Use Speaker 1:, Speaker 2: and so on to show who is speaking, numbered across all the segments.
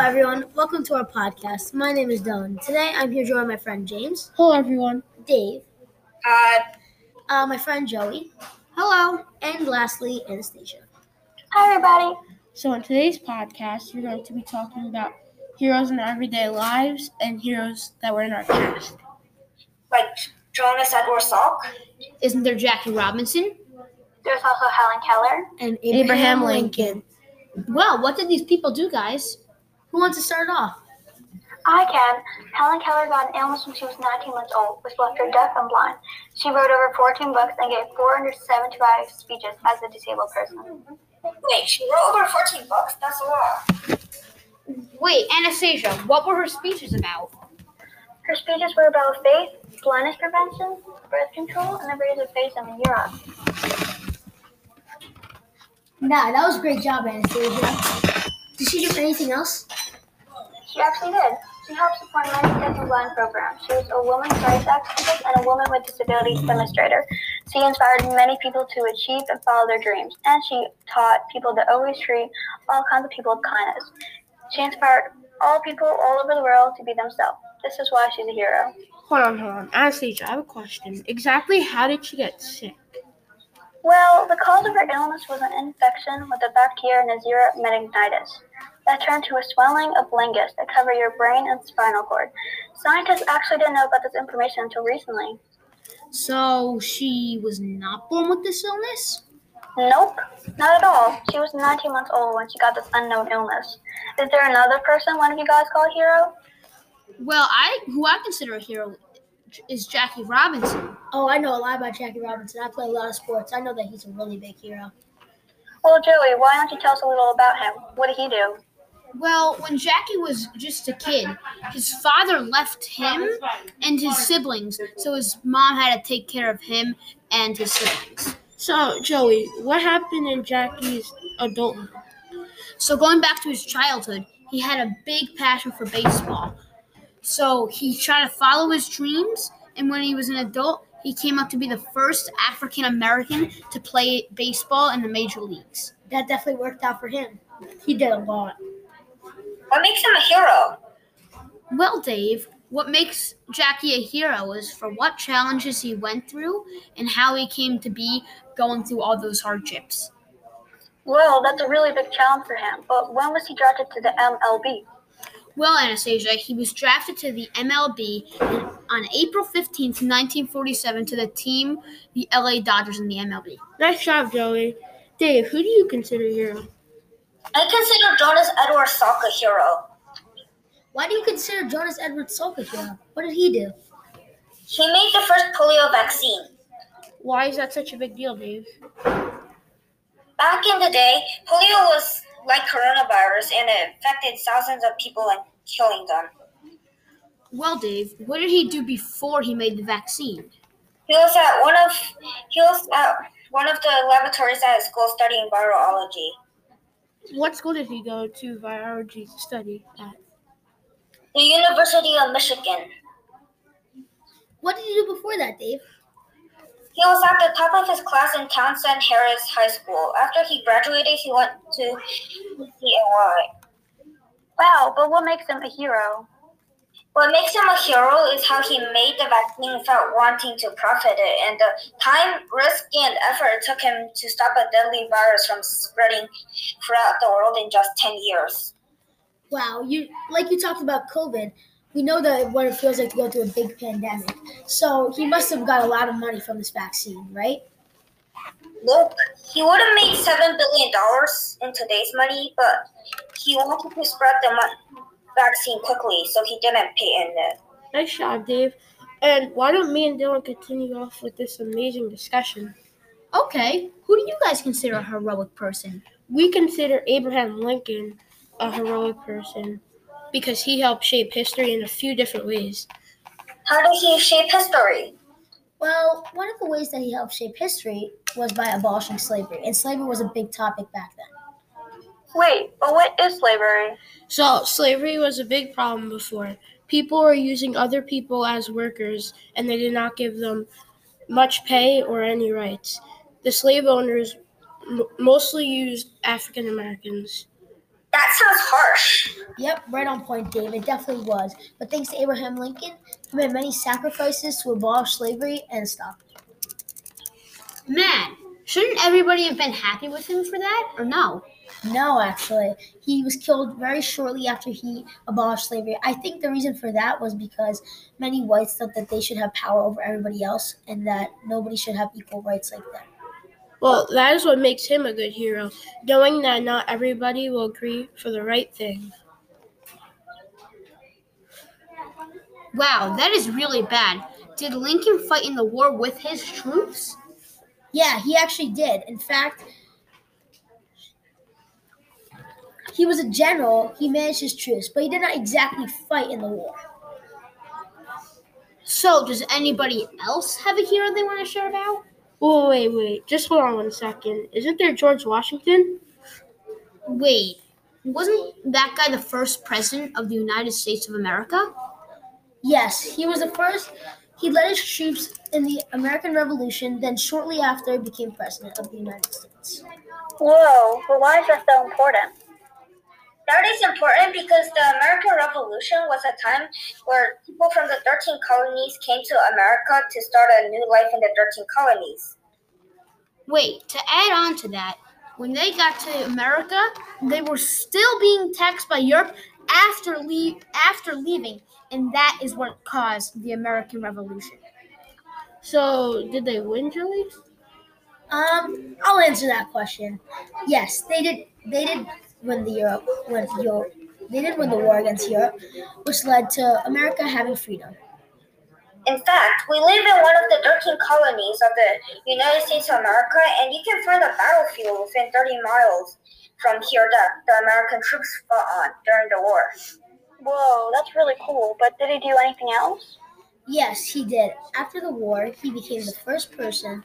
Speaker 1: everyone. Welcome to our podcast. My name is Dylan. Today I'm here joined by my friend James,
Speaker 2: Hello, everyone.
Speaker 1: Dave,
Speaker 3: Uh,
Speaker 1: uh, my friend Joey,
Speaker 2: Hello.
Speaker 1: and lastly, Anastasia.
Speaker 3: hi, everybody.
Speaker 2: So, in today's podcast, we're going to be talking about heroes in our everyday lives and heroes that were in our past.
Speaker 3: Like Jonas Edward Salk.
Speaker 1: Isn't there Jackie Robinson
Speaker 3: There's also Helen Keller.
Speaker 1: and
Speaker 2: Abraham
Speaker 1: Lincoln? Well, what did these people do, guys? Who wants to start off?
Speaker 3: I can. Helen Keller got an illness when she was 19 months old, which left her deaf and blind. She wrote over 14 books and gave 475 speeches as a disabled person. Wait, she wrote over 14 books? That's a lot.
Speaker 4: Wait, Anastasia, what were her speeches about?
Speaker 3: Her speeches were about faith, blindness prevention, birth control, and the raise of faith in Europe.
Speaker 1: Nah, that was a great job, Anastasia. Did she do anything else?
Speaker 3: She actually did. She helped support many deaf and blind programs. She was a women's rights activist and a woman with disabilities demonstrator. She inspired many people to achieve and follow their dreams, and she taught people to always treat all kinds of people with kindness. She inspired all people all over the world to be themselves. This is why she's a hero.
Speaker 2: Hold on, hold on. Anastasia, I have a question. Exactly how did she get sick?
Speaker 3: Well, the cause of her illness was an infection with the bacteria Neisseria meningitis that turned to a swelling of lingus that covered your brain and spinal cord. Scientists actually didn't know about this information until recently.
Speaker 1: So she was not born with this illness?
Speaker 3: Nope, not at all. She was 19 months old when she got this unknown illness. Is there another person one of you guys call a hero?
Speaker 4: Well, I who I consider a hero is Jackie Robinson.
Speaker 1: Oh, I know a lot about Jackie Robinson. I play a lot of sports. I know that he's a really big hero.
Speaker 3: Well, Joey, why don't you tell us a little about him? What did he do?
Speaker 4: Well, when Jackie was just a kid, his father left him and his siblings, so his mom had to take care of him and his siblings.
Speaker 2: So, Joey, what happened in Jackie's adulthood?
Speaker 4: So going back to his childhood, he had a big passion for baseball. So he tried to follow his dreams, and when he was an adult, he came up to be the first African American to play baseball in the major leagues.
Speaker 1: That definitely worked out for him. He did a lot.
Speaker 3: What makes him a hero?
Speaker 4: Well, Dave, what makes Jackie a hero is for what challenges he went through and how he came to be going through all those hardships.
Speaker 3: Well, that's a really big challenge for him, but when was he drafted to the MLB?
Speaker 4: Well, Anastasia, he was drafted to the MLB on April 15th, 1947, to the team, the LA Dodgers, in the MLB.
Speaker 2: Nice job, Joey. Dave, who do you consider a hero?
Speaker 3: I consider Jonas Edward Salk a hero.
Speaker 1: Why do you consider Jonas Edwards Salk a hero? What did he do?
Speaker 3: He made the first polio vaccine.
Speaker 2: Why is that such a big deal, Dave?
Speaker 3: Back in the day, polio was like coronavirus and it affected thousands of people and killing them.
Speaker 4: Well, Dave, what did he do before he made the vaccine?
Speaker 3: He was at one of he was at one of the laboratories at his school studying virology.
Speaker 2: What school did he go to biology to study at?
Speaker 3: The University of Michigan.
Speaker 1: What did you do before that, Dave?
Speaker 3: He was at the top of his class in Townsend Harris High School. After he graduated, he went to DIY. Wow, but what makes him a hero? What makes him a hero is how he made the vaccine without wanting to profit it, and the time, risk, and effort it took him to stop a deadly virus from spreading throughout the world in just 10 years.
Speaker 1: Wow, you like you talked about COVID. We know that what it feels like to go through a big pandemic. So he must have got a lot of money from this vaccine, right?
Speaker 3: Look, he would have made seven billion dollars in today's money, but he wanted to spread the mon- vaccine quickly, so he didn't pay in it.
Speaker 2: Nice job, Dave. And why don't me and Dylan continue off with this amazing discussion?
Speaker 4: Okay, who do you guys consider a heroic person?
Speaker 2: We consider Abraham Lincoln a heroic person because he helped shape history in a few different ways.
Speaker 3: How did he shape history?
Speaker 1: Well, one of the ways that he helped shape history was by abolishing slavery, and slavery was a big topic back then.
Speaker 3: Wait, but what is slavery?
Speaker 2: So, slavery was a big problem before. People were using other people as workers and they did not give them much pay or any rights. The slave owners m- mostly used African Americans.
Speaker 3: That sounds harsh.
Speaker 1: Yep, right on point, Dave. It definitely was. But thanks to Abraham Lincoln, he made many sacrifices to abolish slavery and stop it.
Speaker 4: Man, shouldn't everybody have been happy with him for that? Or no?
Speaker 1: No, actually, he was killed very shortly after he abolished slavery. I think the reason for that was because many whites thought that they should have power over everybody else and that nobody should have equal rights like that.
Speaker 2: Well, that is what makes him a good hero, knowing that not everybody will agree for the right thing.
Speaker 4: Wow, that is really bad. Did Lincoln fight in the war with his troops?
Speaker 1: Yeah, he actually did. In fact, he was a general, he managed his troops, but he did not exactly fight in the war.
Speaker 4: So, does anybody else have a hero they want to share about?
Speaker 2: Whoa, wait, wait. Just hold on one second. Isn't there George Washington?
Speaker 4: Wait, wasn't that guy the first president of the United States of America?
Speaker 1: Yes, he was the first. He led his troops in the American Revolution, then shortly after became president of the United States.
Speaker 3: Whoa, but why is that so important? That is important because the American Revolution was a time where people from the 13 colonies came to America to start a new life in the 13 colonies.
Speaker 4: Wait, to add on to that, when they got to America, they were still being taxed by Europe after leave after leaving, and that is what caused the American Revolution.
Speaker 2: So, did they win, Julie?
Speaker 1: Um, I'll answer that question. Yes, they did. They did win the Europe. Win Europe. They did win the war against Europe, which led to America having freedom.
Speaker 3: In fact, we live in one of the 13 colonies of the United States of America, and you can find a battlefield within 30 miles from here that the American troops fought on during the war. Whoa, that's really cool. But did he do anything else?
Speaker 1: Yes, he did. After the war, he became the first person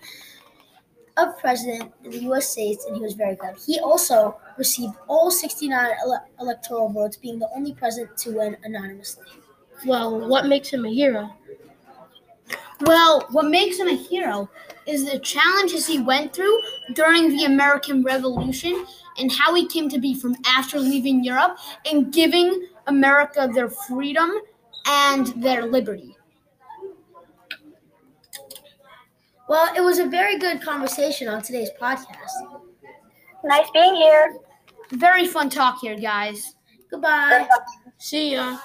Speaker 1: of president in the U.S. states, and he was very good. He also received all 69 ele- electoral votes, being the only president to win anonymously.
Speaker 2: Well, what makes him a hero?
Speaker 4: Well, what makes him a hero is the challenges he went through during the American Revolution and how he came to be from after leaving Europe and giving America their freedom and their liberty.
Speaker 1: Well, Uh, it was a very good conversation on today's podcast.
Speaker 3: Nice being here.
Speaker 4: Very fun talk here, guys.
Speaker 1: Goodbye.
Speaker 2: See ya.